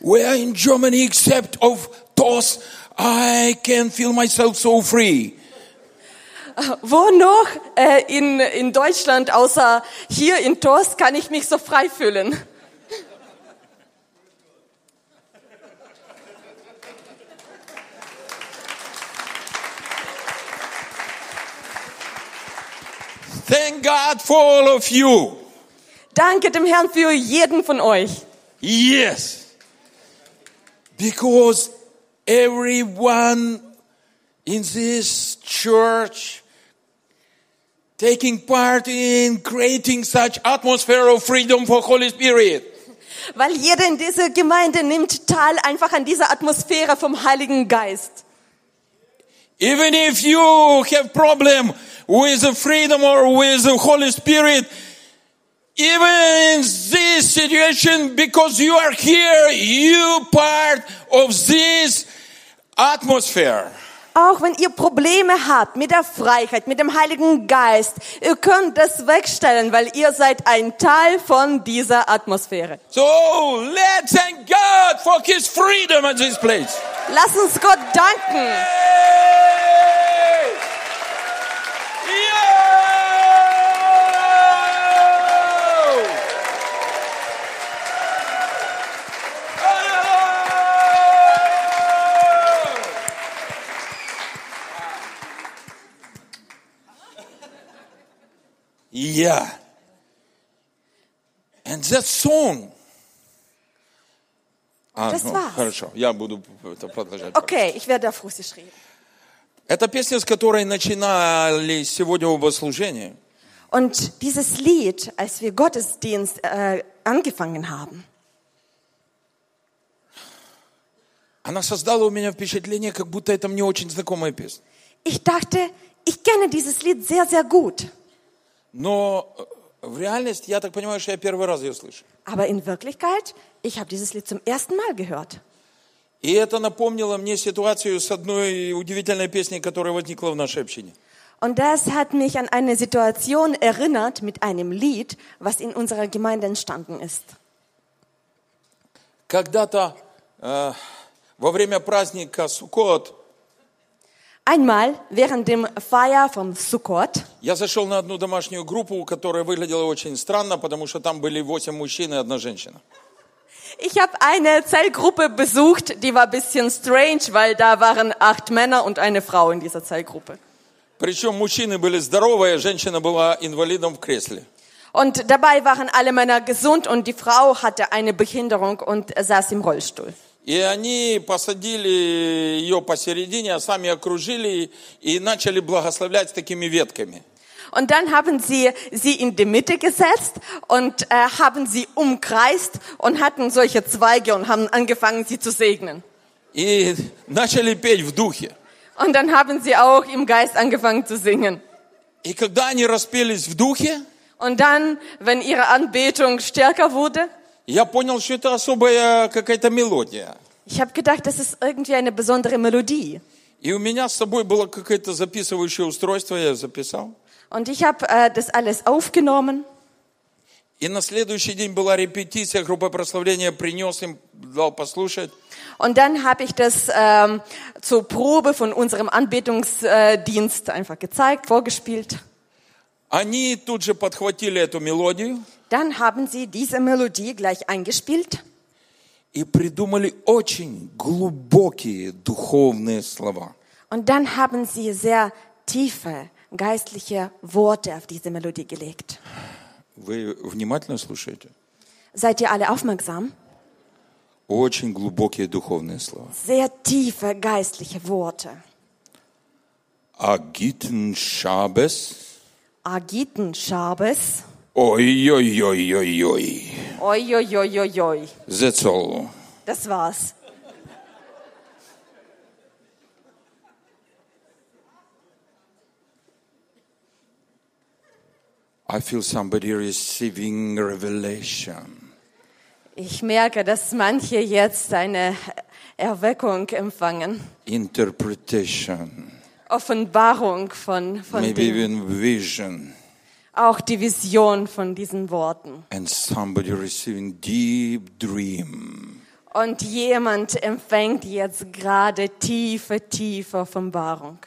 where in Germany except of those I can feel myself so free. Wo noch äh, in, in Deutschland, außer hier in Tost, kann ich mich so frei fühlen? Thank God for all of you. Danke dem Herrn für jeden von euch. Yes. Because everyone in this church taking part in creating such atmosphere of freedom for Holy Spirit. Weil jeder in dieser Gemeinde nimmt teil einfach an dieser Atmosphäre vom Heiligen Geist. Even if you have problem with the freedom or with the Holy Spirit, even in this situation, because you are here, you part of this atmosphere. Auch wenn ihr Probleme habt mit der Freiheit, mit dem Heiligen Geist, ihr könnt das wegstellen, weil ihr seid ein Teil von dieser Atmosphäre. So let's thank God for His freedom in this place. Lass uns Gott danken. Yay! Yay! Hallelujah! Yeah. And that song. А, Das ну, war's. хорошо, я буду это продолжать. Okay, ich werde auf Russisch reden. Это песня, с которой начинали сегодня оба служения. Und dieses Lied, als wir Gottesdienst äh, angefangen haben, Она создала у меня впечатление, как будто это мне очень знакомая песня. ich dachte, ich kenne dieses Lied sehr, sehr gut. Но э, в реальности, я так понимаю, что я первый раз ее слышу. Aber in Wirklichkeit, ich habe dieses Lied zum ersten Mal gehört. И это напомнило мне ситуацию с одной удивительной песней, которая возникла в нашей общине. Und das hat mich an eine Situation erinnert mit einem Lied, was in unserer Gemeinde entstanden ist. Когда-то э, во время праздника Суккот Einmal während dem Feier vom Sukkot я зашел на одну домашнюю группу, которая выглядела очень странно, потому что там были восемь мужчин и одна женщина. Ich habe eine Zellgruppe besucht, die war ein bisschen strange, weil da waren acht Männer und eine Frau in dieser Zellgruppe. Причем мужчины были здоровые, женщина была инвалидом в кресле. Und dabei waren alle Männer gesund und die Frau hatte eine Behinderung und saß im Rollstuhl. И они посадили ее посередине, а сами окружили и начали благословлять такими ветками. Und dann haben sie sie in die Mitte gesetzt und äh, haben sie umkreist und hatten solche Zweige und haben angefangen, sie zu segnen. И начали петь в духе. Und dann haben sie auch im Geist angefangen zu singen. И когда они распелись в духе, Und dann, wenn ihre Anbetung stärker wurde, я понял, что это особая какая-то мелодия. ich habe gedacht, das ist irgendwie eine besondere Melodie. И у меня с собой было какое-то записывающее устройство, я записал. Und ich habe äh, das alles aufgenommen. И на следующий день была репетиция, группа прославления принес им, дал послушать. Und dann habe ich das ähm, zur Probe von unserem Anbetungsdienst einfach gezeigt, vorgespielt. Они тут же подхватили эту мелодию Dann haben sie diese Melodie gleich eingespielt и придумали очень глубокие духовные слова. und dann haben sie sehr tiefe geistliche Worte auf diese Melodie gelegt. Вы внимательно слушаете? Seid ihr alle aufmerksam? Очень глубокие духовные слова. Sehr tiefe geistliche Worte. Агитн шабес. Agiten Schabes. Ой-ой-ой-ой-ой. Oi, oi, oi, oi, oi. That's all. Das war's. I feel somebody receiving revelation. Ich merke, dass manche jetzt eine Erweckung empfangen. Interpretation. Offenbarung von, von Maybe dem, even vision. auch die Vision von diesen Worten. And somebody receiving deep dream. Und jemand empfängt jetzt gerade tiefe, tiefe Offenbarung.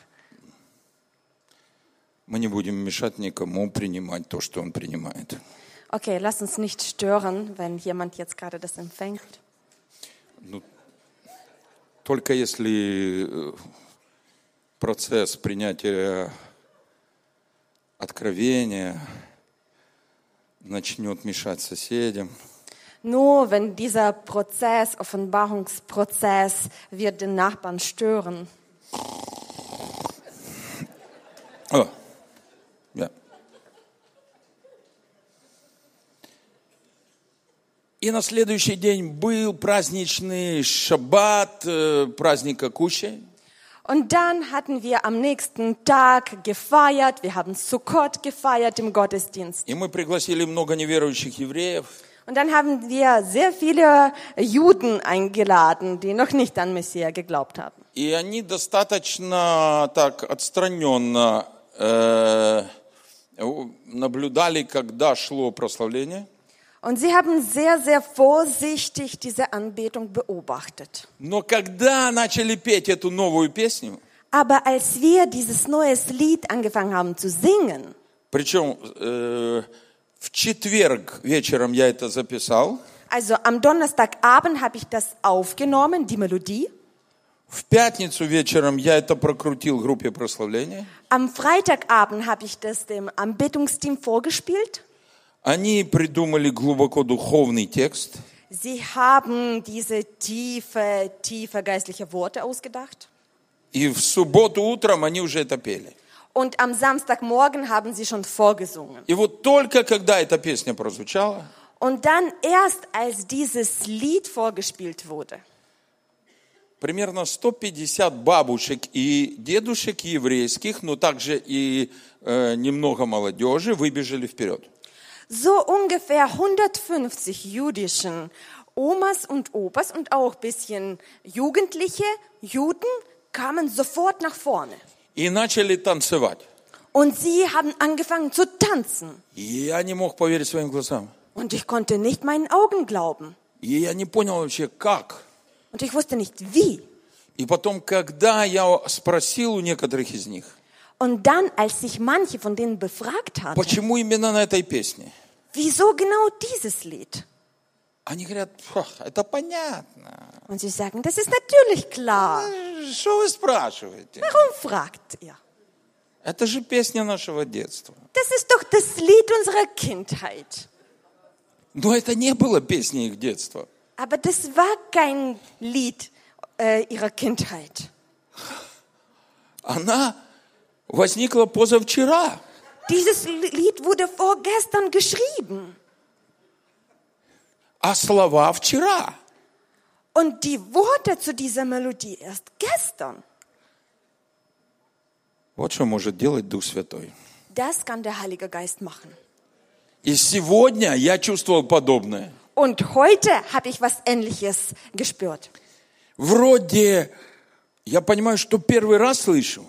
Мы не будем мешать никому принимать то, что он принимает. Okay, lass uns nicht stören, wenn jemand jetzt gerade das empfängt. Ну, Только если э, процесс принятия откровения начнет мешать соседям, Nur wenn dieser Prozess, Offenbarungsprozess, wird den Nachbarn stören. Oh, ja. И на следующий день был праздничный шаббат, э, праздник Акуши. Und dann hatten wir am nächsten Tag gefeiert, wir haben Sukkot gefeiert im Gottesdienst. И мы пригласили много неверующих евреев. Und dann haben wir sehr viele Juden eingeladen, die noch nicht an Messias geglaubt haben. И они достаточно так отстраненно э, у- наблюдали, когда шло прославление. Und sie haben sehr, sehr vorsichtig diese Anbetung beobachtet. Но когда начали петь эту новую песню, Aber als wir dieses neues Lied angefangen haben zu singen, причем э, в четверг вечером я это записал, also am Donnerstagabend habe ich das aufgenommen, die Melodie. в пятницу вечером я это прокрутил группе прославления, Am Freitagabend habe ich das dem Anbetungsteam vorgespielt. они придумали глубоко духовный текст, Sie haben diese tiefe, tiefe geistliche Worte ausgedacht. и в субботу утром они уже это пели. Und am Samstagmorgen haben sie schon vorgesungen. И вот только когда эта песня прозвучала, Und dann erst als dieses Lied vorgespielt wurde, Примерно 150 бабушек и дедушек еврейских, но также и э, немного молодежи выбежали вперед. so ungefähr 150 jüdischen Omas und Opas und auch bisschen Jugendliche, Juden, kamen sofort nach vorne. И начали танцевать. Und sie haben angefangen zu tanzen. И я не мог поверить своим глазам. Und ich konnte nicht meinen Augen glauben. И я не понял вообще, как. Und ich wusste nicht wie. И потом, когда я спросил у некоторых из них, Und dann, als ich manche von denen befragt hatte, почему именно на этой песне, wieso genau dieses Lied? они говорят, «Ха, это понятно. Und sie sagen, das ist natürlich klar. Что вы спрашиваете? Warum fragt ihr? Это же песня нашего детства. Das ist doch das Lied unserer Kindheit. Но это не было песней их детства. Aber das war kein Lied äh, ihrer Kindheit. она возникла позавчера. Dieses Lied wurde vorgestern geschrieben. А слова вчера. Und die Worte zu dieser Melodie erst gestern. Вот что может делать Дух Святой. Das kann der Heilige Geist machen. И сегодня я чувствовал подобное. Und heute habe ich was Ähnliches gespürt. Вроде, я понимаю, что первый раз слышу,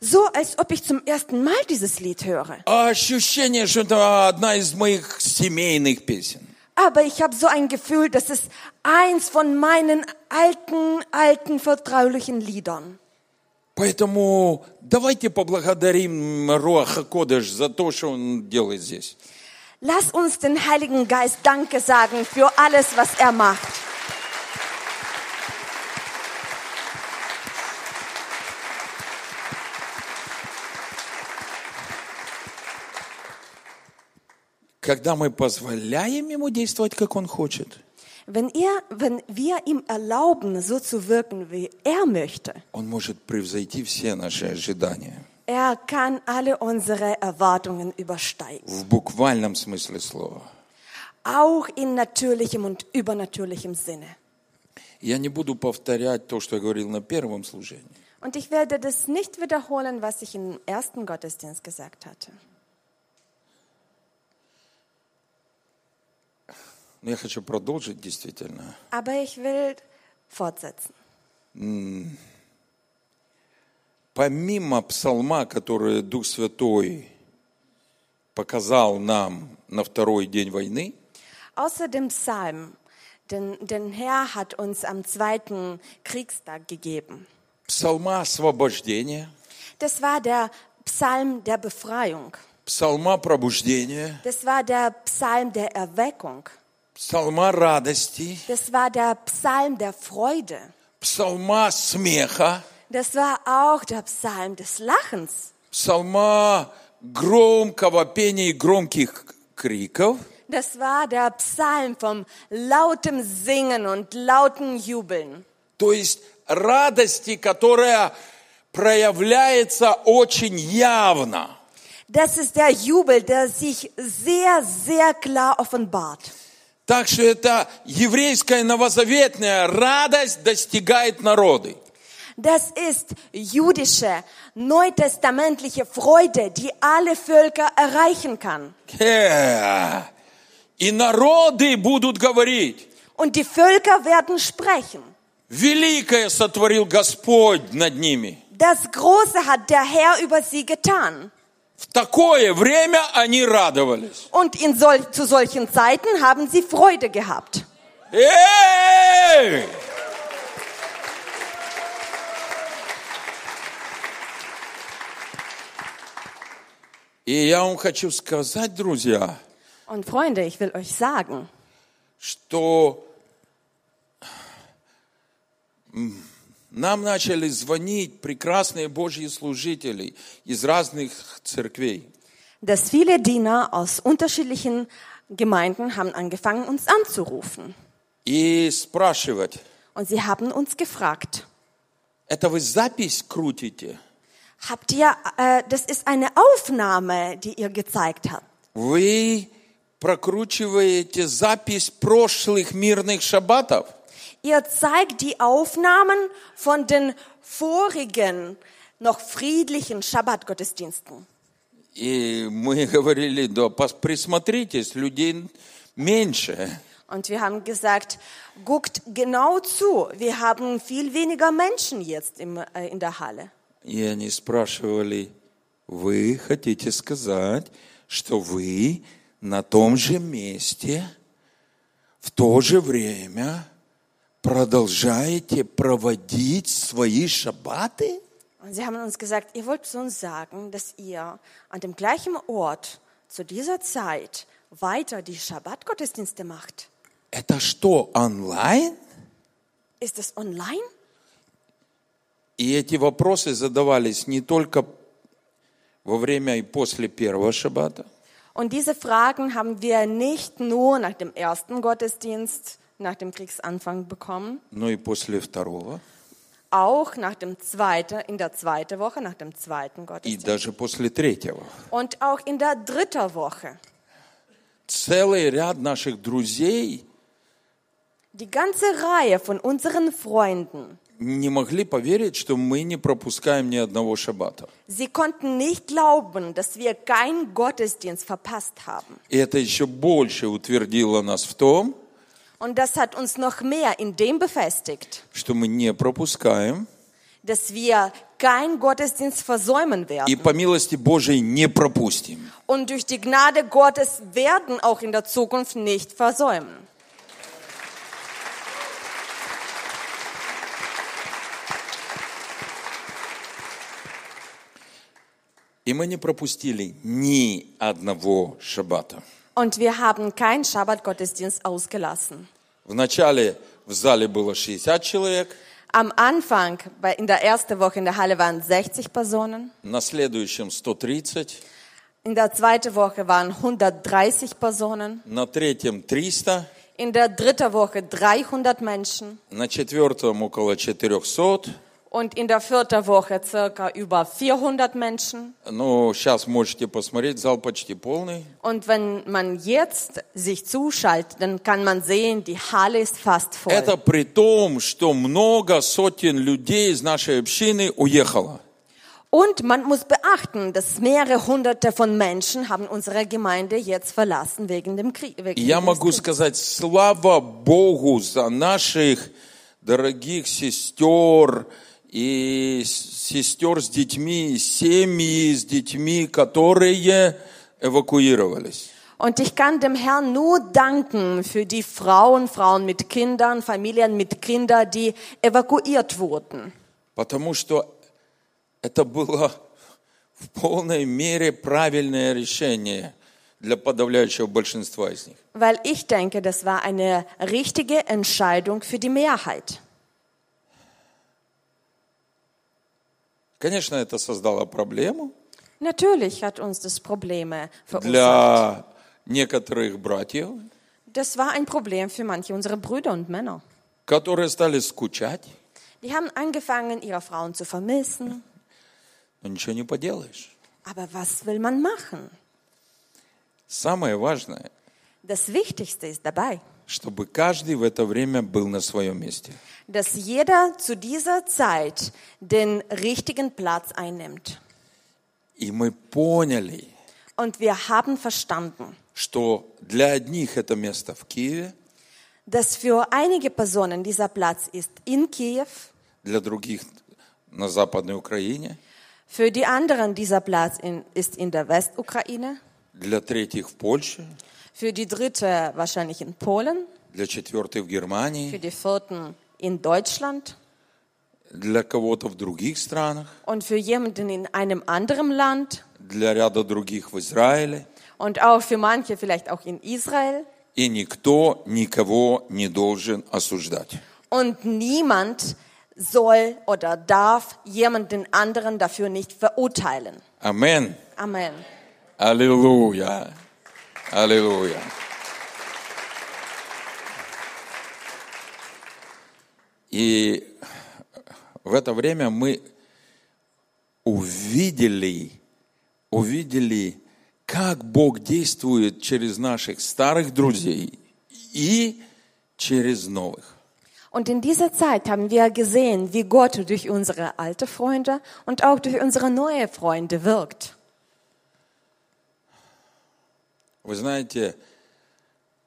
So, als ob ich zum ersten Mal dieses Lied höre. а ощущение, что это одна из моих семейных песен. Aber ich habe so ein Gefühl, das ist eins von meinen alten, alten, vertraulichen Liedern. Поэтому давайте поблагодарим Руаха Кодеш за то, что он делает здесь. Lass uns den Heiligen Geist Danke sagen für alles, was er macht. Когда мы позволяем ему действовать, как он хочет, Wenn, er, wenn wir ihm erlauben, so zu wirken, wie er möchte, он может превзойти все наши ожидания. er kann alle unsere Erwartungen übersteigen. В буквальном смысле слова. Auch in natürlichem und übernatürlichem Sinne. Я не буду повторять то, что я говорил на первом служении. Und ich werde das nicht wiederholen, was ich im ersten Gottesdienst gesagt hatte. Но я хочу продолжить действительно. Aber ich will fortsetzen. Помимо псалма, который Дух Святой показал нам на второй день войны, Außer dem Psalm, Denn, denn Herr hat uns am zweiten Kriegstag gegeben. Псалма освобождения, Das war der Psalm der Befreiung. псалма пробуждения, Das war der Psalm der Erweckung. псалма радости, Das war der Psalm der Freude. псалма смеха, Das war auch der Psalm des Lachens. псалма громкого пения и громких криков, Das war der Psalm vom lautem Singen und lauten Jubeln. то есть радости, которая проявляется очень явно. Das ist der Jubel, der sich sehr, sehr klar offenbart. Так что это еврейская новозаветная радость достигает народы. Das ist jüdische, neutestamentliche Freude, die alle Völker erreichen kann. Хе. И народы будут говорить, Und die Völker werden sprechen. великое сотворил Господь над ними. Das Große hat der Herr über sie getan. В такое время они радовались. Und in sol zu solchen Zeiten haben sie Freude gehabt. Эй! И я вам хочу сказать, друзья, Und Freunde, ich will euch sagen, что м, нам начали звонить прекрасные Божьи служители из разных церквей. dass viele Diener aus unterschiedlichen Gemeinden haben angefangen, uns anzurufen. И спрашивать, Und sie haben uns gefragt, это вы запись крутите? habt ihr, äh, das ist eine Aufnahme, die ihr gezeigt habt. Вы прокручиваете запись прошлых мирных шаббатов? Ihr zeigt die Aufnahmen von den vorigen, noch friedlichen Schabbatgottesdiensten. И мы говорили, да, пос- присмотритесь, людей меньше. Und wir haben gesagt, guckt genau zu, wir haben viel weniger Menschen jetzt im, äh, in der Halle. И они спрашивали, вы хотите сказать, что вы на том же месте, в то же время продолжаете проводить свои шаббаты? Und sie haben uns gesagt, ihr wollt zu uns sagen, dass ihr an dem gleichen Ort zu dieser Zeit weiter die Schabbatgottesdienste macht. Это что, онлайн? Ist das online? И эти вопросы задавались не только во время и после первого шаббата, Und diese Fragen haben wir nicht nur nach dem ersten Gottesdienst, nach dem Kriegsanfang bekommen, но и после второго, auch nach dem zweiten, in der zweiten Woche, nach dem zweiten и Gottesdienst даже после третьего. und auch in der dritten Woche. Целый ряд наших друзей Die ganze Reihe von unseren Freunden, не могли поверить, что мы не пропускаем ни одного шаббата. sie konnten nicht glauben, dass wir keinen Gottesdienst verpasst haben. И это еще больше утвердило нас в том, Und das hat uns noch mehr in dem befestigt, что мы не пропускаем dass wir keinen Gottesdienst versäumen и werden. по милости Божией не пропустим. Und durch die Gnade Gottes werden auch in der Zukunft nicht versäumen. И мы не пропустили ни одного шаббата. Und wir haben keinen Schabbat-Gottesdienst ausgelassen. Вначале в зале было 60 человек, Am Anfang, bei- in der ersten Woche in der Halle waren 60 Personen, на следующем 130, in der zweiten Woche waren 130 Personen, на третьем 300, in der dritten Woche 300 Menschen на четвертом около 400. und in der vierten Woche circa über 400 Menschen. Ну, сейчас можете посмотреть, зал почти полный. Und wenn man jetzt sich zuschaltet, dann kann man sehen, die Halle ist fast voll. Это при том, что много сотен людей из нашей общины уехало. Und man muss beachten, dass mehrere hunderte von Menschen haben unsere Gemeinde jetzt verlassen wegen dem Krieg. И Wegen я des могу Krieges. сказать, слава Богу за наших дорогих сестер и с- сестер с детьми, и семьи с детьми, которые эвакуировались. Und ich kann dem Herrn nur danken für die Frauen, Frauen mit Kindern, Familien mit Kindern, die evakuiert wurden. Потому что это было в полной мере правильное решение для подавляющего большинства из них. Weil ich denke, das war eine richtige Entscheidung für die Mehrheit. Конечно, это создало проблему Natürlich hat uns das Probleme verursacht. для некоторых братьев, Das war ein Problem für manche unserer Brüder und Männer. которые стали скучать, Die haben angefangen, ihre Frauen zu vermissen. но ничего не поделаешь. Aber was will man machen? Самое важное, Das Wichtigste ist dabei, чтобы каждый в это время был на своем месте. dass jeder zu dieser Zeit den richtigen Platz einnimmt. И мы поняли, Und wir haben verstanden, что для одних это место в Киеве, dass für einige Personen dieser Platz ist in Kiew, для других на Западной Украине, für die anderen dieser Platz in, ist in der Westukraine, для третьих в Польше, für die dritte wahrscheinlich in Polen, для четвертых в für Германии, die vierten in Deutschland для кого-то в других странах, und für jemanden in einem anderen Land для ряда других в Израиле. und auch für manche vielleicht auch in Israel. И никто никого не должен осуждать. Und niemand soll oder darf jemanden anderen dafür nicht verurteilen. Амен. Amen. Аллилуйя. Аллилуйя. И в это время мы увидели, увидели, как Бог действует через наших старых друзей и через новых. Und in dieser Zeit haben wir gesehen, wie Gott durch unsere alte Freunde und auch durch unsere neue Freunde wirkt. Вы знаете,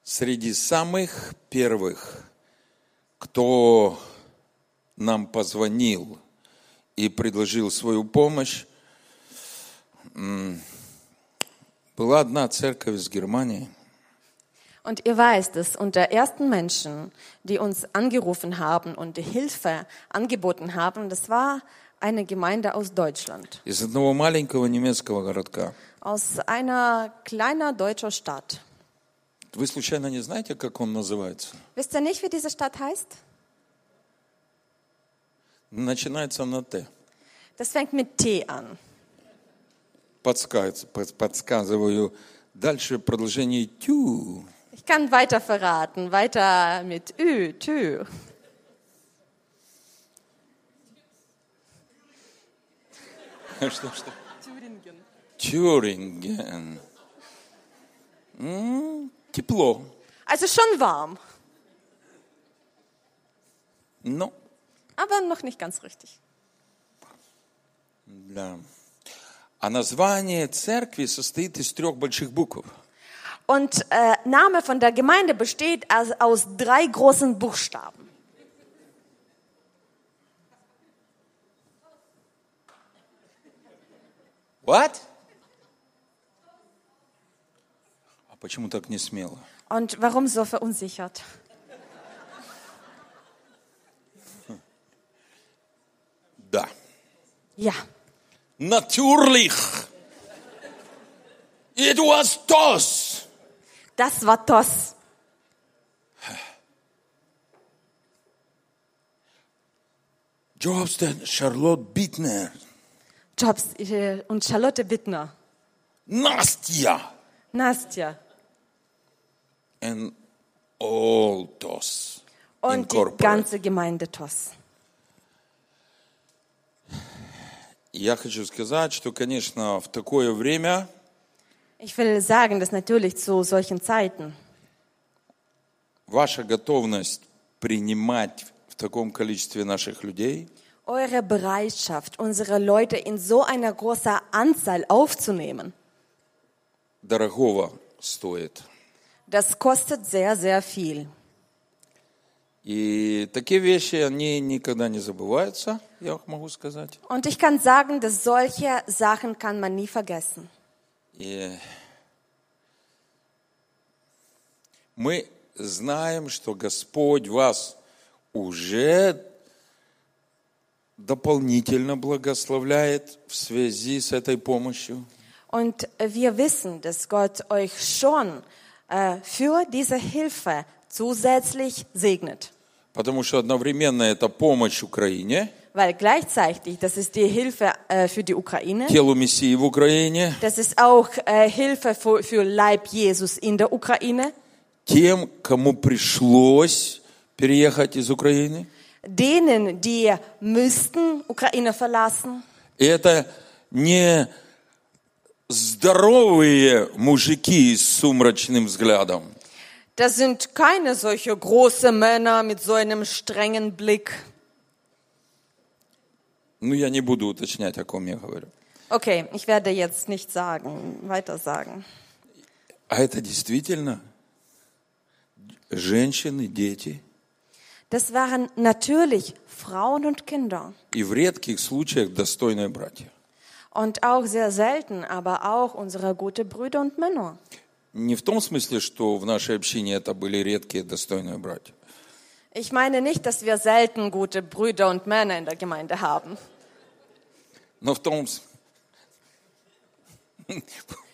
среди самых первых, кто нам позвонил и предложил свою помощь, м, была одна церковь из Германии, Und ihr weißt es, unter ersten Menschen, die uns angerufen haben und die Hilfe angeboten haben, das war eine Gemeinde aus Deutschland, из одного маленького немецкого городка. aus einer kleiner deutscher Stadt. Вы случайно не знаете, как он называется? Wisst ihr nicht, wie diese Stadt heißt? Начинается на Т. Das fängt mit T an. Подсказ- под- Подсказываю. Дальше продолжение тю. Ich kann weiter verraten, weiter mit Ü, Tü. Что, что? Тюринген. М, Тепло. Also schon warm, Ну, aber noch nicht ganz richtig. да. А название церкви состоит из трех больших букв. Und äh, Name von der Gemeinde besteht aus, aus drei großen Buchstaben. What? А почему так не смело? Und warum so verunsichert? Да. Ja, Natürlich. It was toss. das war Toss. Джобстен, Шарлотт Битнер, Jobs äh, und Charlotte Bittner. Настя. Nastja. And all toss. Und die Incorporate. ganze Gemeinde Toss. Я хочу сказать, что, конечно, в такое время Ich will sagen, dass natürlich zu solchen Zeiten ваша готовность принимать в таком количестве наших людей, eure Bereitschaft, unsere Leute in so einer großen Anzahl aufzunehmen, дорогого стоит. das kostet sehr, sehr viel. И такие вещи, они никогда не забываются, я вам могу сказать. Und ich kann sagen, dass solche Sachen kann man nie vergessen. И мы знаем, что Господь вас уже дополнительно благословляет в связи с этой помощью. Und wir wissen, dass Gott euch schon äh, für diese Hilfe zusätzlich segnet. Потому что одновременно это помощь Украине, Weil gleichzeitig, das ist die Hilfe äh, für die Ukraine, телу Мессии в Украине, das ist auch äh, Hilfe für, für Leib Jesus in der Ukraine, тем, кому пришлось переехать из Украины. denen, die müssten Ukraine verlassen. И это не здоровые мужики с сумрачным взглядом. Das sind keine solche große Männer mit so einem strengen Blick. Ну, я не буду уточнять, о ком я говорю. Okay, ich werde jetzt nicht sagen, weiter sagen. А это действительно женщины, дети. Das waren natürlich Frauen und Kinder. И в редких случаях достойные братья. Und auch sehr selten, aber auch unsere gute Brüder und Männer. Не в том смысле, что в нашей общине это были редкие достойные братья. Ich meine nicht, dass wir selten gute Brüder und Männer in der Gemeinde haben. Но в том... с-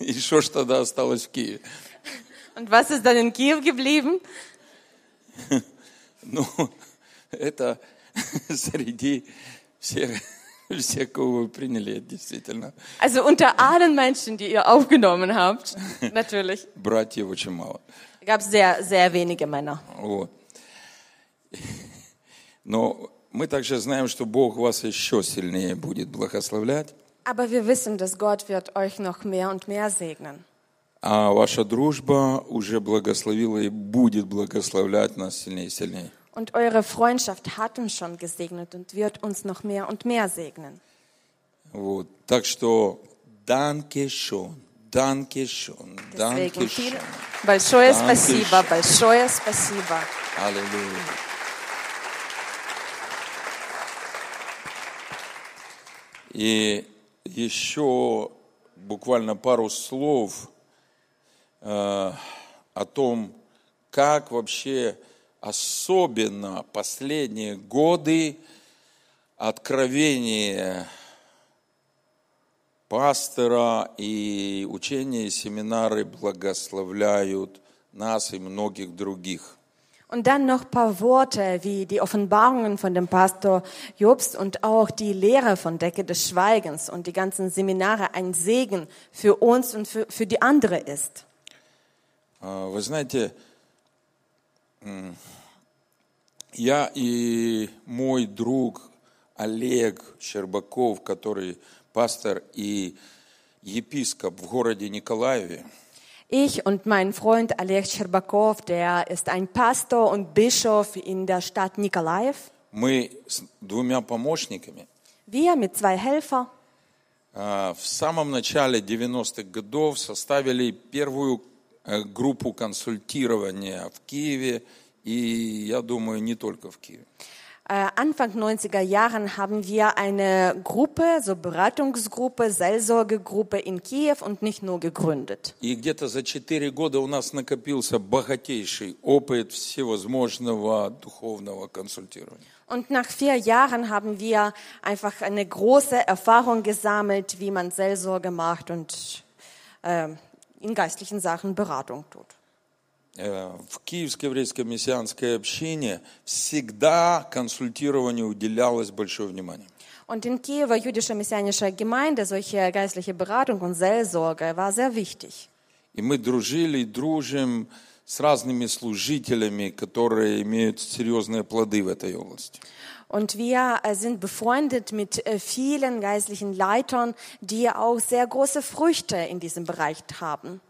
И что ж тогда осталось в Киеве? Und was ist dann in Kiew geblieben? Ну, это среди всех, всех, кого вы приняли, это действительно. Also unter allen Menschen, die ihr aufgenommen habt, natürlich, Братьев очень мало. gab es sehr, sehr wenige Männer. Вот. Но мы также знаем, что Бог вас еще сильнее будет благословлять, Aber wir wissen, dass Gott wird euch noch mehr und mehr segnen. а ваша дружба уже благословила и будет благословлять нас сильнее и сильнее. Und eure Freundschaft hat uns schon gesegnet und wird uns noch mehr und mehr segnen. Вот. Так что данкешон, данкешон, Deswegen данкешон. viel. Большое Danke спасибо, schön. большое спасибо. Аллилуйя. И еще буквально пару слов э, о том, как вообще особенно последние годы откровение пастора и учения и семинары благословляют нас и многих других. Und dann noch ein paar Worte wie die Offenbarungen von dem Pastor Jobst und auch die Lehre von Decke des Schweigens und die ganzen Seminare ein Segen für uns und für, für die andere ist. А, Вы знаете, м, я и мой друг Олег Щербаков, который пастор и епископ в городе Николаеве, Ich und mein Freund Alex Scherbakow, der ist ein Pastor und Bischof in der Stadt Nikolaev. мы с двумя помощниками Wir mit zwei Helfer а, в самом начале 90-х годов составили первую э, группу консультирования в Киеве и, я думаю, не только в Киеве. Äh, Anfang 90er Jahren haben wir eine Gruppe, so Beratungsgruppe, Seelsorgegruppe in Kiew und nicht nur gegründet. И где-то за 4 года у нас накопился богатейший опыт всевозможного духовного консультирования. Und nach vier Jahren haben wir einfach eine große Erfahrung gesammelt, wie man Seelsorge macht und äh, in geistlichen Sachen Beratung tut. Э, В Киевской еврейской мессианской общине всегда консультированию уделялось большое внимание. Und in Kiewer jüdischer messianischer Gemeinde solche geistliche Beratung und Seelsorge war sehr wichtig. И мы дружили и дружим с разными служителями, которые имеют серьезные плоды в этой области. Und wir äh, sind befreundet mit äh, vielen geistlichen Leitern, die auch sehr große Früchte in diesem Bereich haben.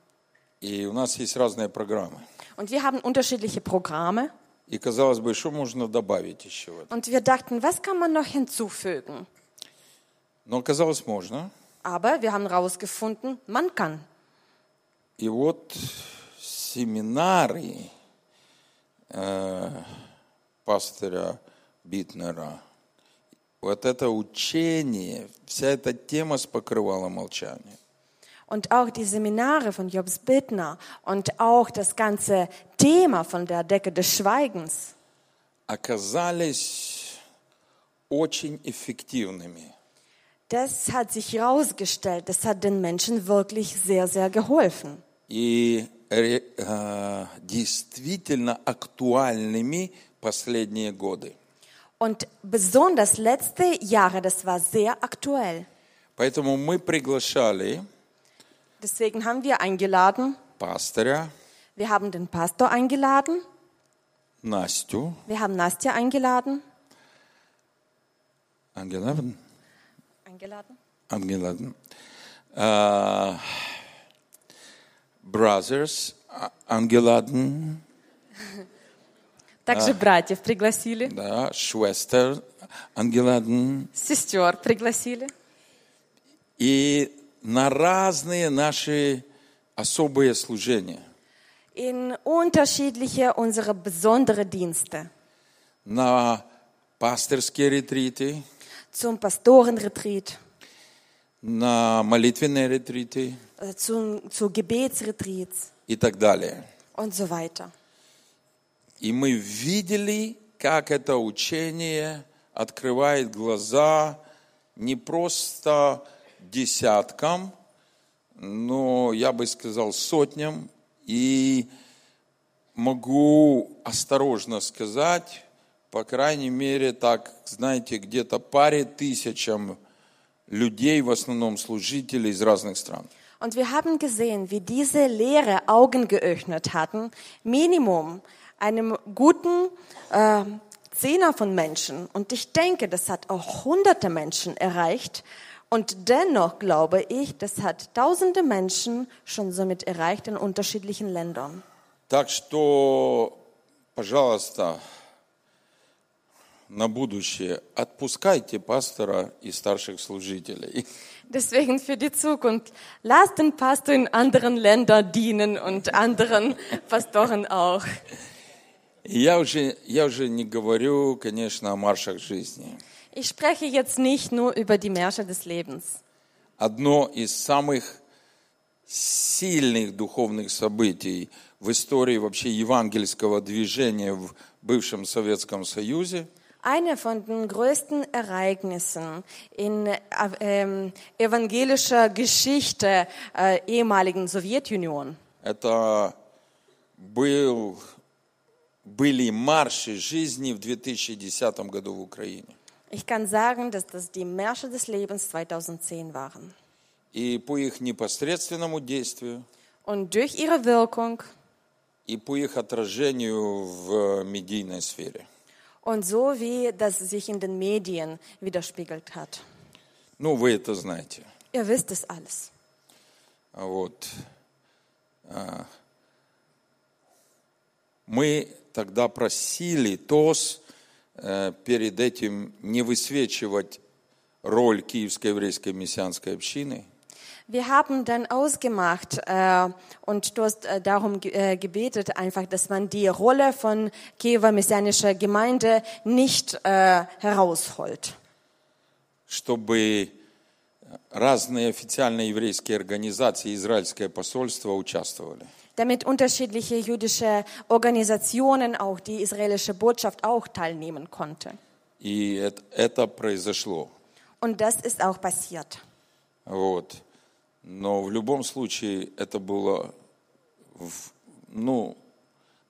И у нас есть разные программы. Und wir haben unterschiedliche Programme. И казалось бы, что можно добавить еще в это? Und wir dachten, was kann man noch hinzufügen? Но оказалось, можно. Aber wir haben herausgefunden, man kann. И вот семинары э, пастора Битнера, вот это учение, вся эта тема с покрывала молчания. und auch die Seminare von Jobs Bittner und auch das ganze Thema von der Decke des Schweigens оказались очень эффективными. Das hat sich herausgestellt, das hat den Menschen wirklich sehr, sehr geholfen. и ре- э, действительно актуальными последние годы. Und besonders letzte Jahre, das war sehr aktuell. Поэтому мы приглашали Deswegen haben wir eingeladen, пастыря wir haben den Pastor eingeladen, Настю wir haben Nastja eingeladen. Ангеладн, Eingeladen? А, Ангеладн, э, Brothers а- Ангеладн, Также братьев пригласили, да, Швестер Ангеладн. сестер пригласили. И на разные наши особые служения. In unterschiedliche unsere besondere Dienste. На пастырские ретриты, Zum Pastorenretreat, на молитвенные ретриты äh, zum, zu Gebetsretreats и так далее. und so weiter. И мы видели, как это учение открывает глаза не просто десяткам, но я бы сказал сотням. И могу осторожно сказать, по крайней мере, так, знаете, где-то паре тысячам людей, в основном служителей из разных стран. Und wir haben gesehen, wie diese Lehre Augen geöffnet hatten, Minimum einem guten äh, Zehner von Menschen. Und ich denke, das hat auch hunderte Menschen erreicht. Und dennoch glaube ich, das hat tausende Menschen schon somit erreicht in unterschiedlichen Ländern. Так что, пожалуйста, на будущее отпускайте пастора и старших служителей. Deswegen für die Zukunft, lasst den Pastor in anderen Ländern dienen und anderen Pastoren auch. И я уже, я уже не говорю, конечно, о маршах жизни. Ich spreche jetzt nicht nur über die Märsche des Lebens. Одно из самых сильных духовных событий в истории вообще евангельского движения в бывшем Советском Союзе Eine von den größten Ereignissen in äh, ähm, evangelischer Geschichte äh, ehemaligen Sowjetunion. – это был, были марши жизни в 2010 году в Украине. Ich kann sagen, dass das die Märsche des Lebens 2010 waren. и по их непосредственному действию, Und durch ihre Wirkung и по их отражению в медийной сфере. und so wie das sich in den Medien widerspiegelt hat. Ну, вы это знаете. Ihr wisst es alles. Вот. А, Мы тогда просили ТОС э, перед этим не высвечивать роль Киевской еврейской мессианской общины, Wir haben dann ausgemacht äh, und du hast äh, darum ge äh, gebetet, einfach, dass man die Rolle von Kiewer Messianischer Gemeinde nicht äh, herausholt, чтобы разные официальные еврейские организации и израильское посольство участвовали. damit unterschiedliche jüdische Organisationen, auch die israelische Botschaft, auch teilnehmen konnte. И это- это произошло. Und das ist auch passiert. Вот. Но в любом случае это было, в- ну,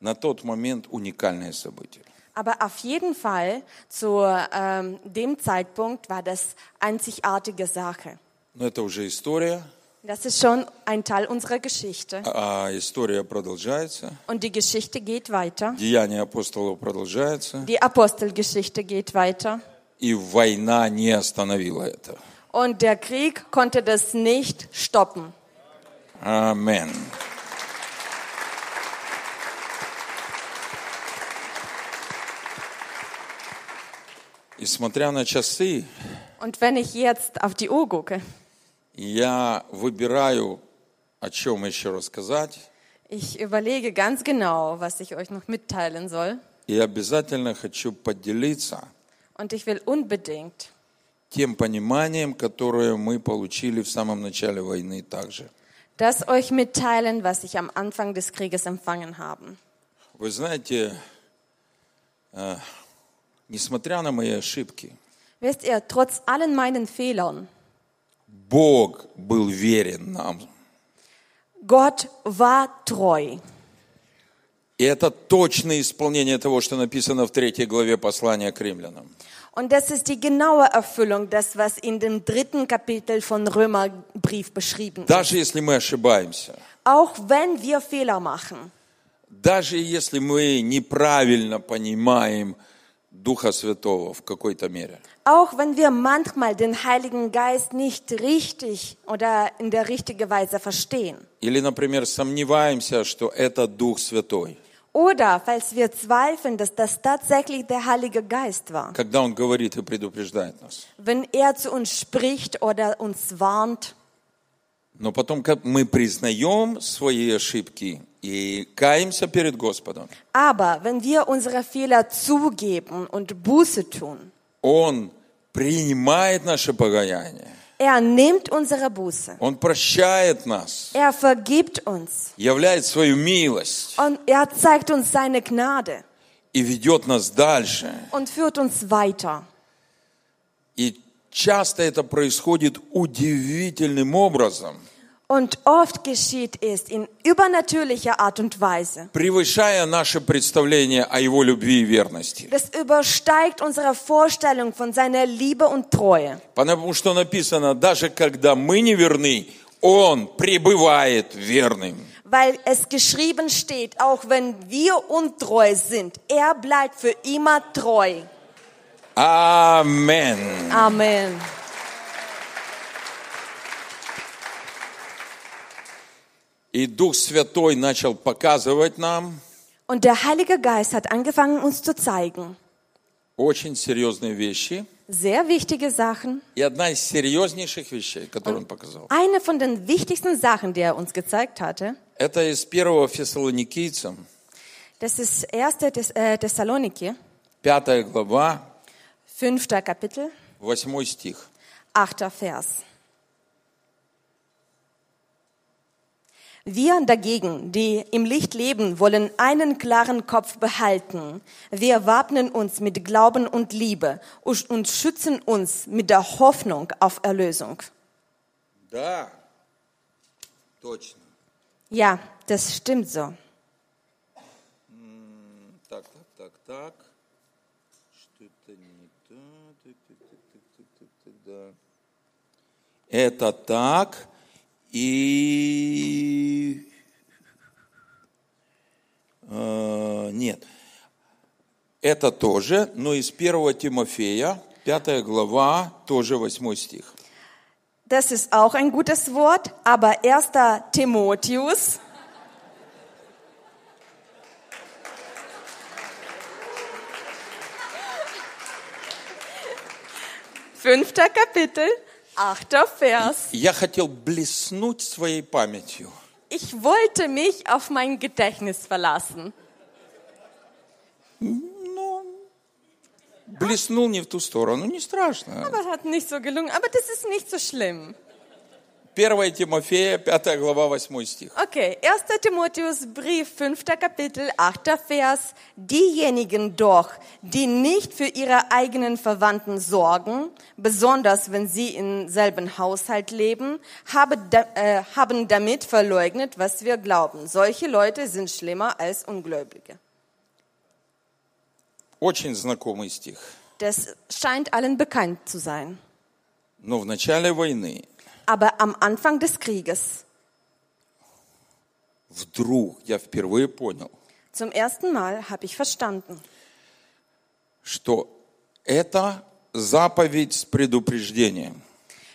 на тот момент уникальное событие. Aber auf jeden Fall zu ähm, dem Zeitpunkt war das einzigartige Sache. Но это уже история, Das ist schon ein Teil unserer Geschichte. а история продолжается, Und die Geschichte geht weiter. деяния апостолов продолжаются, Die Apostelgeschichte geht weiter. и война не остановила это. Und der Krieg konnte das nicht stoppen. Амен. И смотря на часы, Und wenn ich jetzt auf die Uhr gucke, Я выбираю, о чем еще рассказать, ich überlege ganz genau, was ich euch noch mitteilen soll. и обязательно хочу поделиться Und ich will unbedingt тем пониманием, которое мы получили в самом начале войны также. das euch mitteilen, was ich am Anfang des Krieges empfangen habe. Вы знаете, э, несмотря на мои ошибки, Wisst ihr, trotz allen meinen Fehlern, Бог был верен нам. Gott war treu. И это точное исполнение того, что написано в третьей главе послания к римлянам. Und das ist die genaue Erfüllung, das, was in dem dritten Kapitel von Römerbrief beschrieben ist. Даже если мы ошибаемся, Auch wenn wir Fehler machen, даже если мы неправильно понимаем Духа Святого в какой-то мере, auch wenn wir manchmal den Heiligen Geist nicht richtig oder in der richtigen Weise verstehen. или, например, сомневаемся, что это Дух Святой, Oder falls wir zweifeln, dass das tatsächlich der Heilige Geist war. когда Он говорит и предупреждает нас. Wenn er zu uns spricht oder uns warnt. Но потом как мы признаем свои ошибки и каемся перед Господом, Aber wenn wir unsere Fehler zugeben und Buße tun, Он принимает наше погаяние, er nimmt unsere Buße. Он прощает нас, Er vergibt uns являет свою милость und er zeigt uns seine Gnade и ведет нас дальше. und führt uns weiter. И часто это происходит удивительным образом, Und oft geschieht es in übernatürlicher Art und Weise. превышая наше представление о Его любви и верности. Das übersteigt unsere Vorstellung von seiner Liebe und Treue. Потому что написано, даже когда мы не верны, Он пребывает верным. Weil es geschrieben steht, auch wenn wir untreu sind, er bleibt für immer treu. Аминь. Amen. И Дух Святой начал показывать нам Und der Heilige Geist hat angefangen, uns zu zeigen. очень серьезные вещи. Sehr wichtige Sachen. И одна из серьезнейших вещей, которую он показал, Eine von den wichtigsten Sachen, die er uns gezeigt hatte, это из 1 Фессалоникийцам, Das ist 1. Thess äh, Thessaloniki, 5 глава, 5. Kapitel, 8 стих. 8. Vers. Wir dagegen, die im Licht leben, wollen einen klaren Kopf behalten. Wir wappnen uns mit Glauben und Liebe und und schützen uns mit der Hoffnung auf Erlösung. Да, точно. Ja, das stimmt so. Так, так, так, так. Что-то не то. Ты, ты, ты, ты, ты, ты, ты, да. Это так. И... э, Нет. Это тоже, но из 1 Тимофея, 5 глава, тоже 8 стих. Das ist auch ein gutes Wort, aber 1. Timotheus Fünfter Kapitel, achter Vers. Я хотел блеснуть своей памятью Ich wollte mich auf mein Gedächtnis verlassen. Блеснул не в ту сторону, Ну, не страшно. Das hat nicht so gelungen, aber das ist nicht so schlimm. 1 Тимофея, 5 глава, 8 стих. Okay, 1. Timotheusbrief, 5. Kapitel, 8. Vers. Diejenigen doch, die nicht für ihre eigenen Verwandten sorgen, besonders wenn sie im selben Haushalt leben, habe da, äh, haben damit verleugnet, was wir glauben. Solche Leute sind schlimmer als Ungläubige. Очень знакомый стих. Das scheint allen bekannt zu sein. Но в начале войны Aber am Anfang des Krieges, вдруг я впервые понял, zum ersten Mal, habe ich verstanden, что это заповедь с предупреждением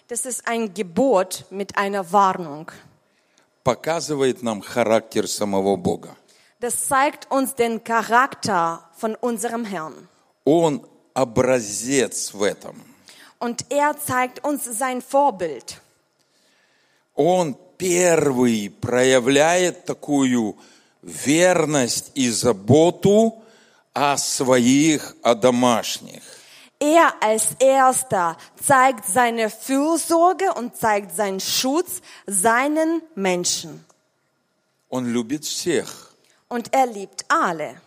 das ist ein Gebot mit einer Warnung. показывает нам характер самого Бога. Das zeigt uns den Charakter von unserem Herrn. Он образец в этом. Und er zeigt uns sein Vorbild. Он первый проявляет такую верность и заботу о своих, о домашних. Er als Erster zeigt seine Fürsorge und zeigt seinen Schutz seinen Menschen. Он любит всех, Und er liebt alle.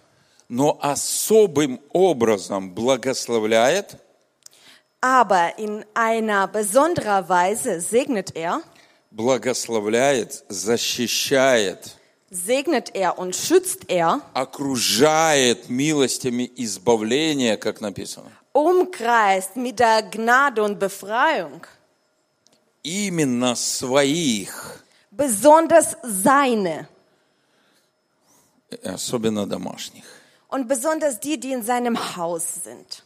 но особым образом благословляет Aber in einer besonderen Weise segnet er, благословляет, защищает, segnet er und schützt er, окружает милостями избавления, как написано. umkreist mit der Gnade und Befreiung, Именно своих, besonders seine э, особенно домашних. und besonders die, die in seinem Haus sind.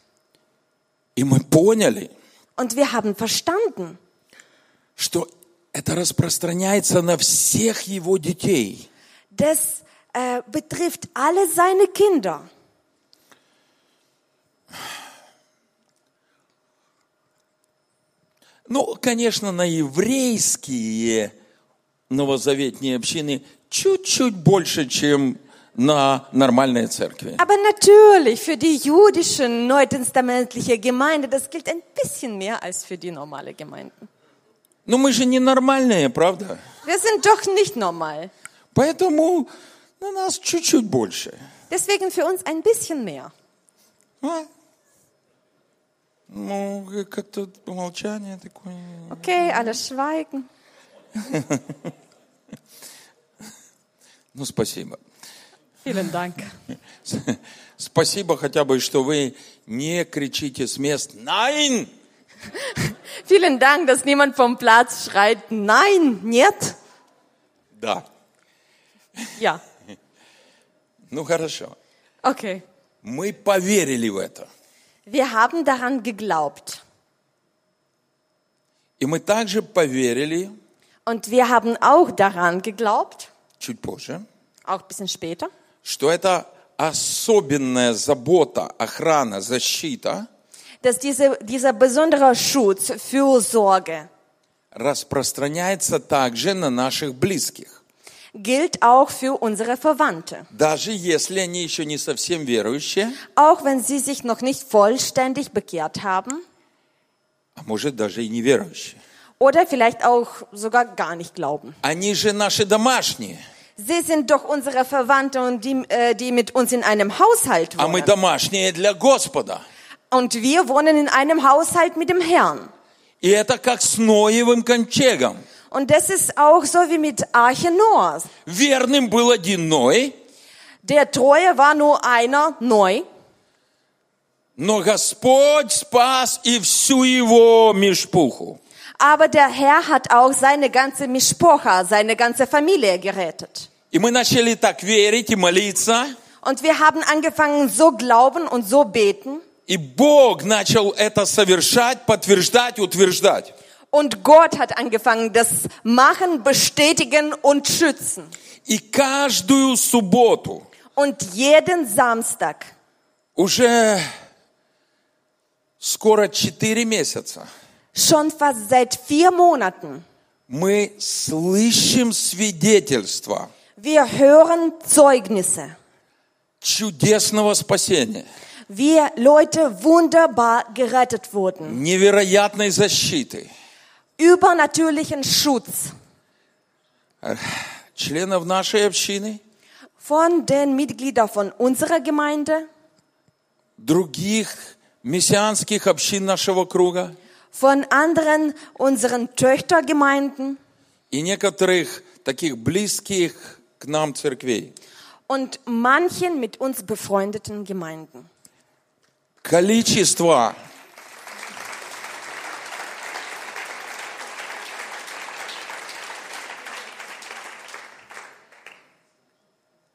И мы поняли, Und wir haben verstanden, что это распространяется на всех его детей. das äh, betrifft alle seine Kinder. Ну, конечно, на еврейские новозаветные общины чуть-чуть больше, чем на нормальные церкви. Aber natürlich für die jüdische neutestamentliche Gemeinde, das gilt ein bisschen mehr als für die normale Gemeinden. Но Ну, мы же не нормальные, правда? Wir sind doch nicht normal. Поэтому на нас чуть-чуть больше. Deswegen für uns ein bisschen mehr. А? Ну, как-то молчание такое. Okay, alle schweigen. Ну, спасибо. Vielen Dank. Спасибо хотя бы, что вы не кричите с мест «Nein!» Vielen Dank, dass niemand vom Platz schreit, nein, nicht. Да. Ja, Ну, хорошо. okay. Мы поверили в это. Wir haben daran geglaubt. И мы также поверили Und wir haben auch daran geglaubt, чуть позже, auch ein bisschen später, что это особенная забота, охрана, защита dass diese, dieser besondere Schutz, Fürsorge распространяется также на наших близких, gilt auch für unsere Verwandte. даже если они еще не совсem верующие, Auch wenn sie sich noch nicht vollständig bekehrt haben а может даже и неверующие. oder vielleicht auch sogar gar nicht glauben. Они же наши домашние, Sie sind doch unsere Verwandte und die, äh, die mit uns in einem Haushalt а мы wohnen. домашние для Господа. Und wir wohnen in einem Haushalt mit dem Herrn. И это как с Ноевым кончегом. Und das ist auch so wie mit Arche Noahs. Верным был один Ной, Der Treue war nur einer neu, но Господь спас и всю его мешпуху. aber der Herr hat auch seine ganze Mischpocha, seine ganze Familie gerettet. И мы начали так верить и молиться, Und wir haben angefangen, so glauben und so beten. и Бог начал это совершать, подтверждать, утверждать. Und Gott hat angefangen, das Machen, Bestätigen und Schützen. И каждую субботу Und jeden Samstag, уже скоро 4 месяца schon fast seit vier Monaten, мы слышим свидетельство wir hören Zeugnisse, чудесного спасения, wie Leute wunderbar gerettet wurden. невероятной защиты Übernatürlichen Schutz членов нашей общины, von den Mitgliedern von unserer Gemeinde, других мессианских общин нашего круга von anderen unseren Töchtergemeinden и некоторых таких близких к нам церквей. und manchen mit uns befreundeten Gemeinden. количество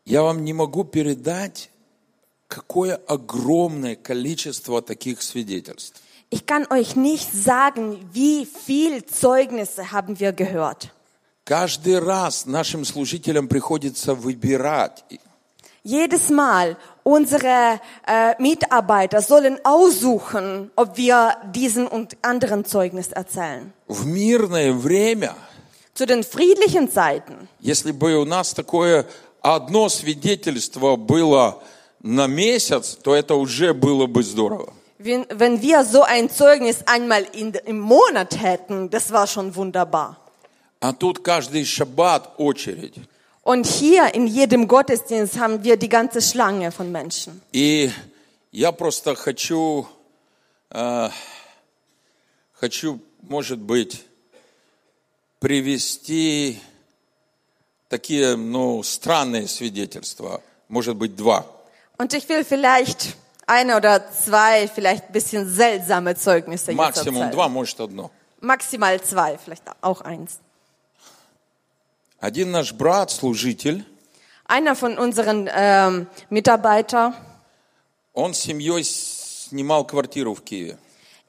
Я вам не могу передать, какое огромное количество таких свидетельств. Ich kann euch nicht sagen, wie viel Zeugnisse haben wir gehört. Каждый раз нашим служителям приходится wybierać, Jedes Mal unsere äh, Mitarbeiter sollen aussuchen, ob wir diesen und anderen Zeugnis erzählen. В мирное время, Zu den friedlichen Zeiten, если бы у нас такое одно свидетельство было на месяц, то это уже было бы здорово. Wenn, wenn wir so ein Zeugnis einmal in, im Monat hätten, das war schon wunderbar. А тут каждый шаббат очередь. Und hier in jedem Gottesdienst haben wir die ganze Schlange von Menschen. И я просто хочу, э, хочу, может быть, привести такие, ну, странные свидетельства, может быть, два. Und ich will vielleicht eine oder zwei, vielleicht ein bisschen seltsame Zeugnisse jetzt Максимум erzählen. два, может, одно. Maximal zwei, vielleicht auch eins. Один наш брат, служитель, Einer von unseren ähm, Mitarbeitern, он с семьей снимал квартиру в Киеве.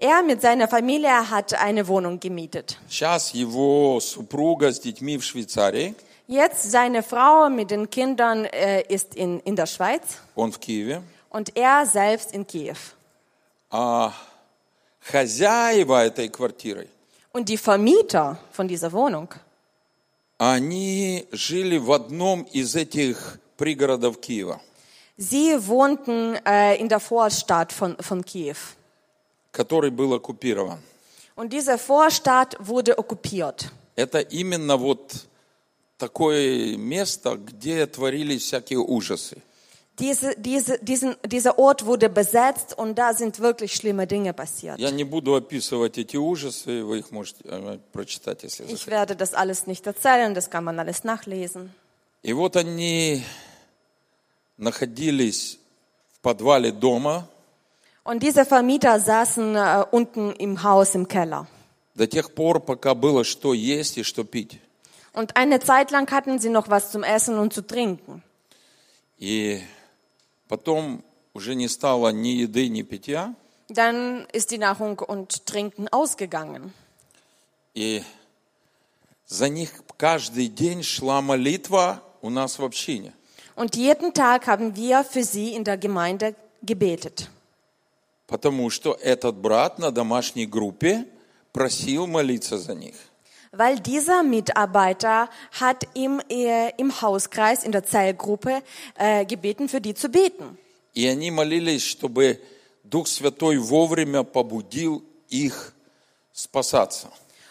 er mit seiner Familie hat eine Wohnung gemietet. Сейчас его супруга с детьми в Швейцарии, Jetzt seine Frau mit den Kindern äh, ist in, in der Schweiz он в Киеве. und er selbst in Kiew. А хозяева этой квартиры, Und die Vermieter von dieser Wohnung, они жили в одном из этих пригородов Киева, sie wohnten äh, in der Vorstadt von, von Kiew. который был оккупирован. Und diese Vorstadt wurde okkupiert. Это именно вот такое место, где творились всякие ужасы. Diese, diese, diesen, dieser Ort wurde besetzt und da sind wirklich schlimme Dinge passiert. Я не буду описывать эти ужасы, вы их можете э, прочитать, если захотите. Ich werde das alles nicht erzählen, das kann man alles nachlesen. И вот они naходились в подвале дома Und diese Vermieter saßen äh, unten im Haus im Keller. до тех пор, пока было что есть и что пить. Und eine Zeit lang hatten sie noch was zum Essen und zu trinken. И потом уже не стало ни еды, ни питья. Dann ist die Nahrung und Trinken ausgegangen. И за них каждый день шла молитва у нас в общине. Und jeden Tag haben wir für sie in der Gemeinde gebetet. Потому что этот брат на домашней группе просил молиться за них. Weil dieser Mitarbeiter hat im, äh, im Hauskreis, in der Zellgruppe äh, gebeten, für die zu beten. И они молились, чтобы Дух Святой вовремя побудил их спасаться.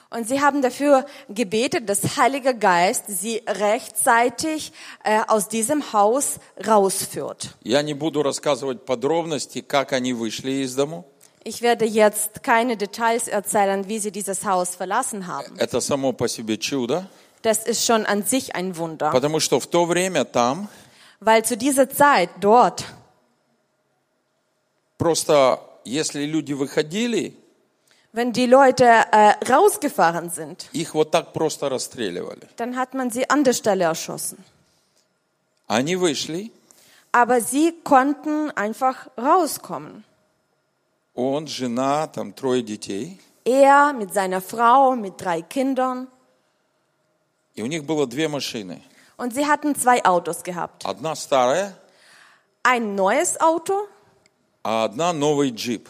Und sie haben dafür gebetet, dass Heiliger Geist sie rechtzeitig äh, aus diesem Haus rausführt. Я не буду рассказывать подробности, как они вышли из дому. Ich werde jetzt keine Details erzählen, wie sie dieses Haus verlassen haben. Это само по себе чудо, Das ist schon an sich ein Wunder, потому что в то время там weil zu dieser Zeit dort, просто, если люди выходили, wenn die Leute äh, rausgefahren sind, их вот так просто расстреливали. dann hat man sie an der Stelle erschossen. Они вышли, Aber sie konnten einfach rauskommen. он, жена, там трое детей, Er mit seiner Frau, mit drei Kindern. и у них было две машины. Und sie hatten zwei Autos gehabt. Одна старая, Ein neues Auto а одна новый джип.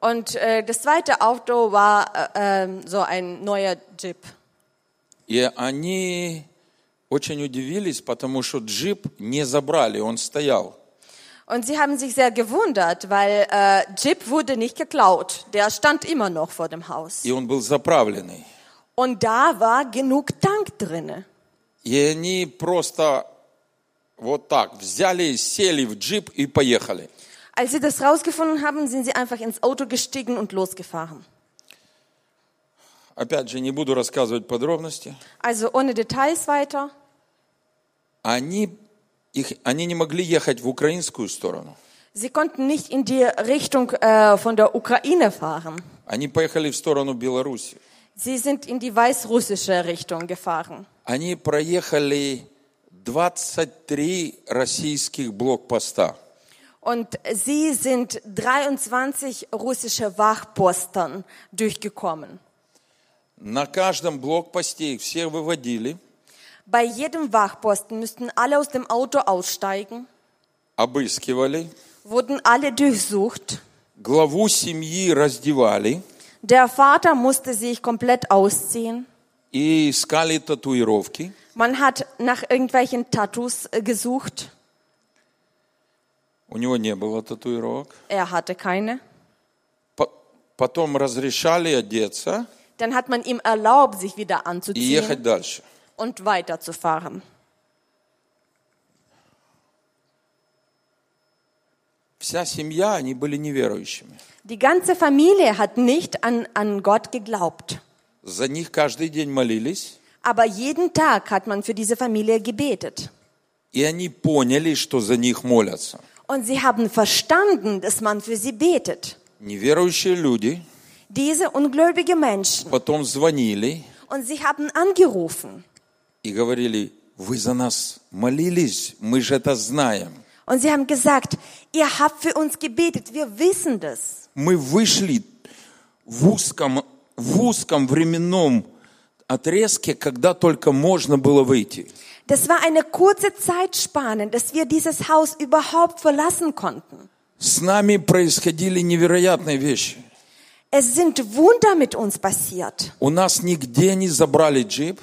und äh, das zweite Auto war äh, ähm, so ein neuer Jeep. И они очень удивились, потому что джип не забрали, он стоял. Und sie haben sich sehr gewundert, weil äh, Jeep wurde nicht geklaut. Der stand immer noch vor dem Haus. И он был заправленный. Und da war genug Tank drinne. И они просто вот так взяли, сели в джип и поехали. Als sie das rausgefunden haben, sind sie einfach ins Auto gestiegen und losgefahren. Опять же, не буду рассказывать подробности. Also ohne Details weiter. Они, их, они не могли ехать в украинскую сторону. Sie konnten nicht in die Richtung äh, von der Ukraine fahren. Они поехали в сторону Беларуси. Sie sind in die weißrussische Richtung gefahren. Они проехали 23 российских блокпоста. Und sie sind 23 russische Wachpostern durchgekommen. На каждом блокпосте их всех выводили. Bei jedem Wachposten müssten alle aus dem Auto aussteigen, обыскивали, wurden alle durchsucht. главу семьи раздевали Der Vater musste sich komplett ausziehen. и искали татуировки. Man hat nach irgendwelchen Tattoos äh, gesucht. У него не было татуировок. Er hatte keine. потом разрешали одеться Dann hat man ihm erlaubt, sich wieder и ехать anzuziehen дальше. und weiterzufahren. Вся семья, они были неверующими. Die ganze Familie hat nicht an, an Gott geglaubt. За них каждый день молились, Aber jeden Tag hat man für diese Familie gebetet. и они поняли, что за них молятся. Und sie haben verstanden, dass man für sie betet. Неверующие люди Diese ungläubigen Menschen. потом звонили Und sie haben angerufen. и говорили, вы за нас молились, мы же это знаем. Und sie haben gesagt, ihr habt für uns gebetet, wir wissen das. Мы вышли в узком, в узком временном отрезке, когда только можно было выйти. Das war eine kurze Zeitspanne, dass wir dieses Haus überhaupt verlassen konnten. С нами происходили невероятные вещи. Es sind Wunder mit uns passiert. У нас нигде не забрали джип,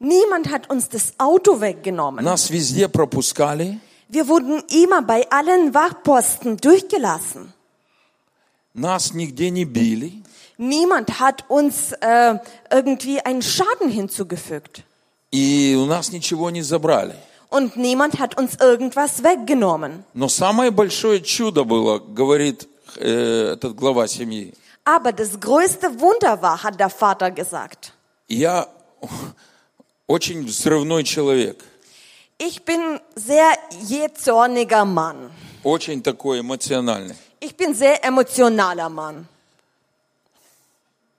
Niemand hat uns das Auto weggenommen. нас везде пропускали, Wir wurden immer bei allen Wachposten durchgelassen. нас nigде не били, Niemand hat uns äh, irgendwie einen Schaden hinzugefügt. и у нас ничего не забрали. Und niemand hat uns irgendwas weggenommen. Но самое большое чудо было, говорит э, этот глава семьи. Aber das größte Wunder war, hat der Vater gesagt. Я очень взрывной человек, Ich bin sehr jähzorniger Mann. очень такой эмоциональный. Ich bin sehr emotionaler Mann.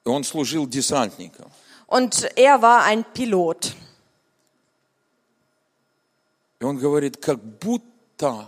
И Он служил десантником. Und er war ein Pilot. И он говорит, как будто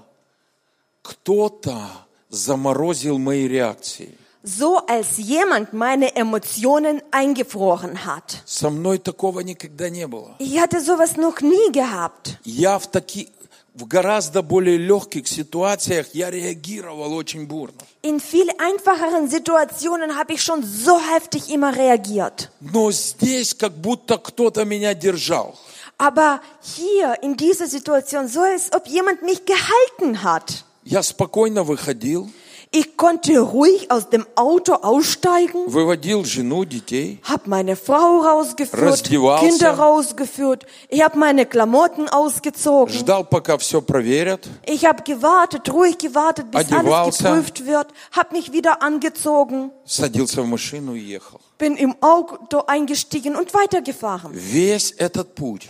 кто-то заморозил мои реакции. So als jemand meine Emotionen eingefroren hat. Со мной такого никогда не было. Ich hatte sowas noch nie gehabt. Я в таки в гораздо более легких ситуациях я реагировал очень бурно. In viel einfacheren Situationen habe ich schon so heftig immer reagiert. Но здесь как будто кто-то меня держал. Aber hier in dieser Situation so, als ob jemand mich gehalten hat. Я spokojно выходил, Ich konnte ruhig aus dem Auto aussteigen, выводил жену, детей. habe meine Frau rausgeführt, Раздевался. Kinder rausgeführt, ich habe meine Klamotten ausgezogen. Ждал, пока все проверят. Ich habe gewartet, ruhig gewartet, bis alles Одевался. geprüft wird, habe mich wieder angezogen, Садился в машину и ехал. bin im Auto eingestiegen und weitergefahren. Весь этот путь.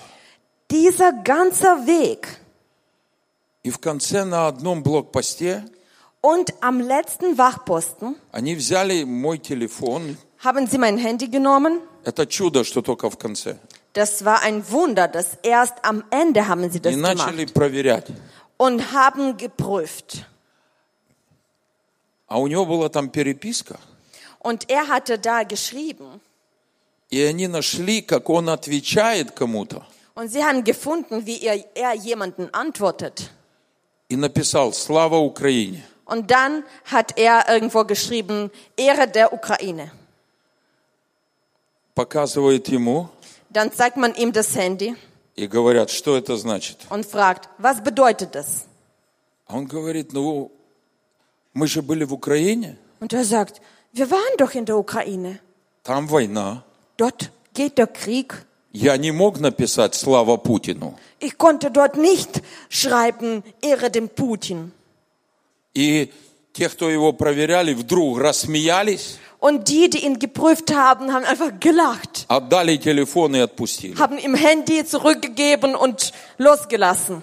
Dieser ganze Weg. И в конце на одном блокпосте Und am letzten Wachposten они взяли мой телефон. haben sie mein Handy genommen Это чудо, что только в конце. Das war ein Wunder, dass erst am Ende haben sie das И начали gemacht проверять. und haben geprüft. А у него была там переписка. Und er hatte da geschrieben И они нашли, как он отвечает кому-то. und sie haben gefunden, wie er, er jemanden antwortet. И написал «Слава Украине». Und dann hat er irgendwo geschrieben, Ehre der Ukraine. Показывает ему Dann zeigt man ihm das Handy и говорят, что это значит. und fragt, was bedeutet das? А он говорит, ну, мы же были в Украине, Und er sagt, wir waren doch in der Ukraine. там война. Dort geht der Krieg. Я не мог написать «Слава Путину». Ich konnte dort nicht schreiben, Ehre dem Putin. И те, кто его проверяли, вдруг рассмеялись, Und die, die ihn geprüft haben, haben einfach gelacht, отдали телефон и отпустили. haben ihm Handy zurückgegeben und losgelassen.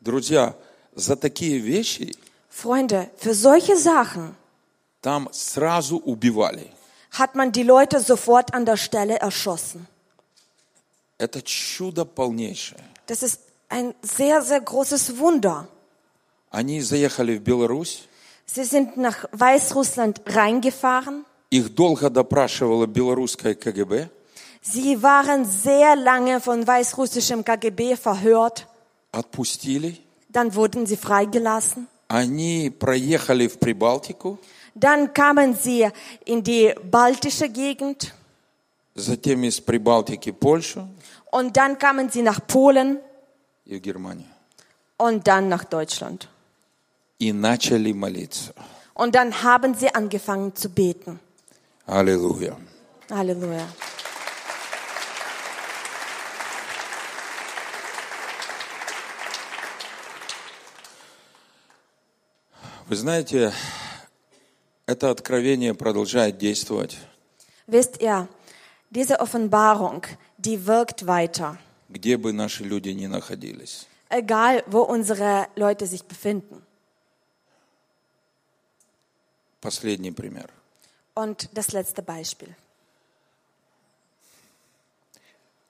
Друзья, за такие вещи Freunde, für solche Sachen там сразу убивали. hat man die Leute sofort an der Stelle erschossen. Это чудо полнейшее. Das ist ein sehr, sehr großes Wunder. Они заехали в Беларусь, Sie sind nach Weißrussland reingefahren. их долго допрашивало белорусское КГБ, Sie waren sehr lange von weißrussischem KGB verhört. отпустили, Dann wurden sie freigelassen. они проехали в Прибалтику, Dann kamen sie in die baltische Gegend. затем из Прибалтики Польшу, Und dann kamen sie nach Polen. и в Германию. und dann nach Deutschland. И начали молиться. Und dann haben sie angefangen zu beten. Аллилуйя. Halleluja. Вы знаете, это откровение продолжает действовать. Wisst ihr, diese Offenbarung, die wirkt weiter, где бы наши люди ни находились. egal wo unsere Leute sich befinden. Последний пример. Und das letzte Beispiel.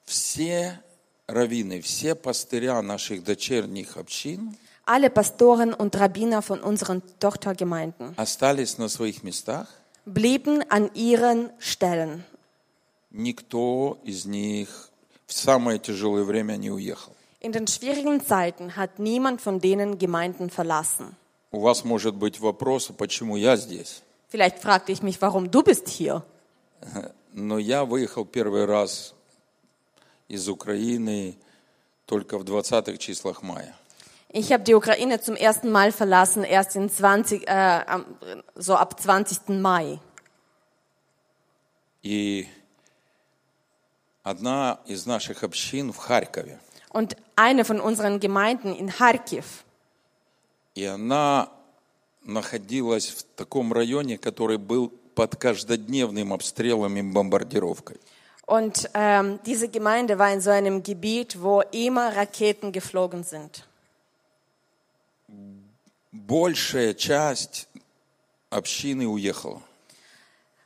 Все раввины, все пастыря наших дочерних общин Alle Pastoren und Rabbiner von unseren Tochtergemeinden остались на своих местах. blieben an ihren Stellen. Никто из них в самое тяжелое время не уехал. In den schwierigen Zeiten hat niemand von denen Gemeinden verlassen. У вас может быть вопрос, почему я здесь? Vielleicht fragte ich mich, warum du bist hier. Но я выехал первый раз из Украины только в 20-х числах мая. Ich habe die Ukraine zum ersten Mal verlassen, erst in 20, äh, am- so ab 20. Mai. И одна из наших общин в Харькове – Und eine von unseren Gemeinden in Kharkiv, И она находилась в таком районе, который был под каждодневным обстрелом и бомбардировкой. und ähm, diese Gemeinde war in so einem Gebiet, wo immer Raketen geflogen sind. Большая часть общины уехала.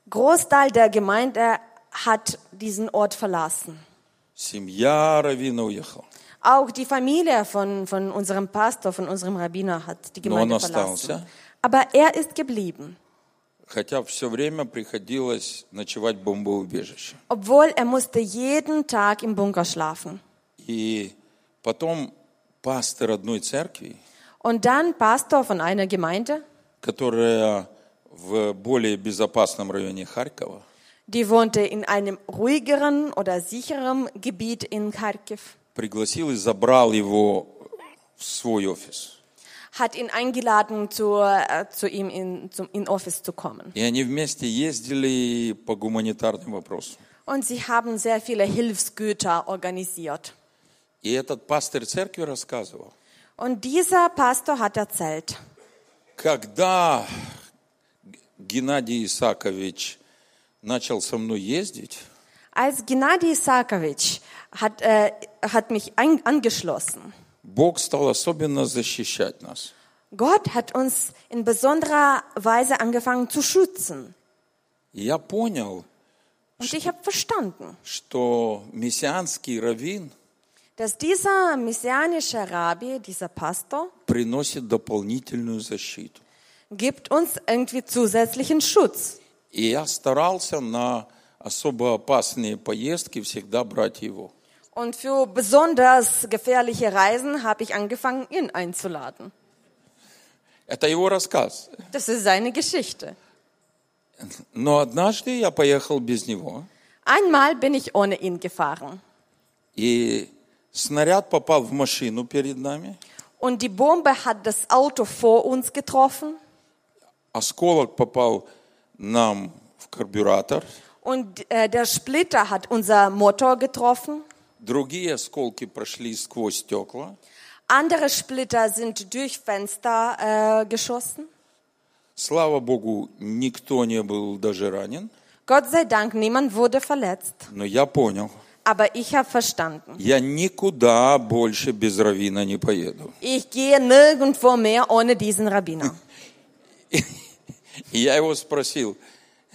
Großteil der Gemeinde hat diesen Ort verlassen. Семья Равина уехала. Auch die Familie von, von unserem Pastor, von unserem Rabbiner hat die Gemeinde Nur noch verlassen. Staunze. Aber er ist geblieben, Хотя все время приходилось ночевать в бомбоубежище. obwohl er musste jeden Tag im Bunker schlafen. И потом пастор одной церкви, Und dann Pastor von einer Gemeinde, которая в более безопасном районе Харькова, die wohnte in einem ruhigeren oder sicheren Gebiet in Kharkiv, пригласил и забрал его в свой офис. hat ihn eingeladen, zu, äh, zu ihm in, zum, in Office zu kommen. И они вместе ездили по гуманитарным вопросам. Und sie haben sehr viele Hilfsgüter organisiert. И этот пастор церкви рассказывал, Und dieser Pastor hat erzählt, когда Геннадий Исакович начал со мной ездить, als Gennady Isakovic hat, äh, hat mich ein, angeschlossen. Бог стал особенно защищать нас. Gott hat uns in besonderer Weise angefangen zu schützen. И я понял, Und ich habe verstanden, что мессианский раввин dass dieser messianische Rabbi, dieser Pastor, приносит дополнительную защиту. gibt uns irgendwie zusätzlichen Schutz. И я старался на особо опасные поездки всегда брать его. Und für besonders gefährliche Reisen habe ich angefangen, ihn einzuladen. Это его рассказ. Das ist seine Geschichte. Но однажды я поехал без него. Einmal bin ich ohne ihn gefahren И снаряд попал в машину перед нами. und die Bombe hat das Auto vor uns getroffen Осколок попал нам в карбюратор. und äh, der Splitter hat unser Motor getroffen. Другие осколки прошли сквозь стекла. Andere Splitter sind durch Fenster äh, geschossen. Слава Богу, никто не был даже ранен. Gott sei Dank, niemand wurde verletzt. Но я понял, Aber ich habe verstanden. я никуда больше без Равина не поеду. Ich gehe nirgendwo mehr ohne diesen Rabbiner. И я его спросил,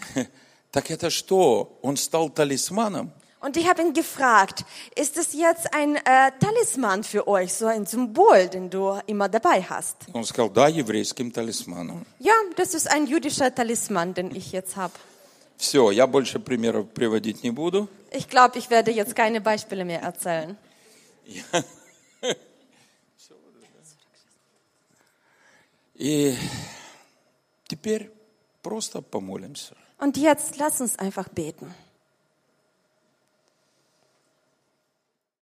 так это что, он стал талисманом? Und ich habe ihn gefragt, ist es jetzt ein äh, Talisman für euch, so ein Symbol, den du immer dabei hast? Он сказал, да, еврейским талисманом. Ja, das ist ein jüdischer Talisman, den ich jetzt habe. Все, я больше примеров приводить не буду. Ich glaube, ich werde jetzt keine Beispiele mehr erzählen. И теперь просто помолимся. Und jetzt lass uns einfach beten.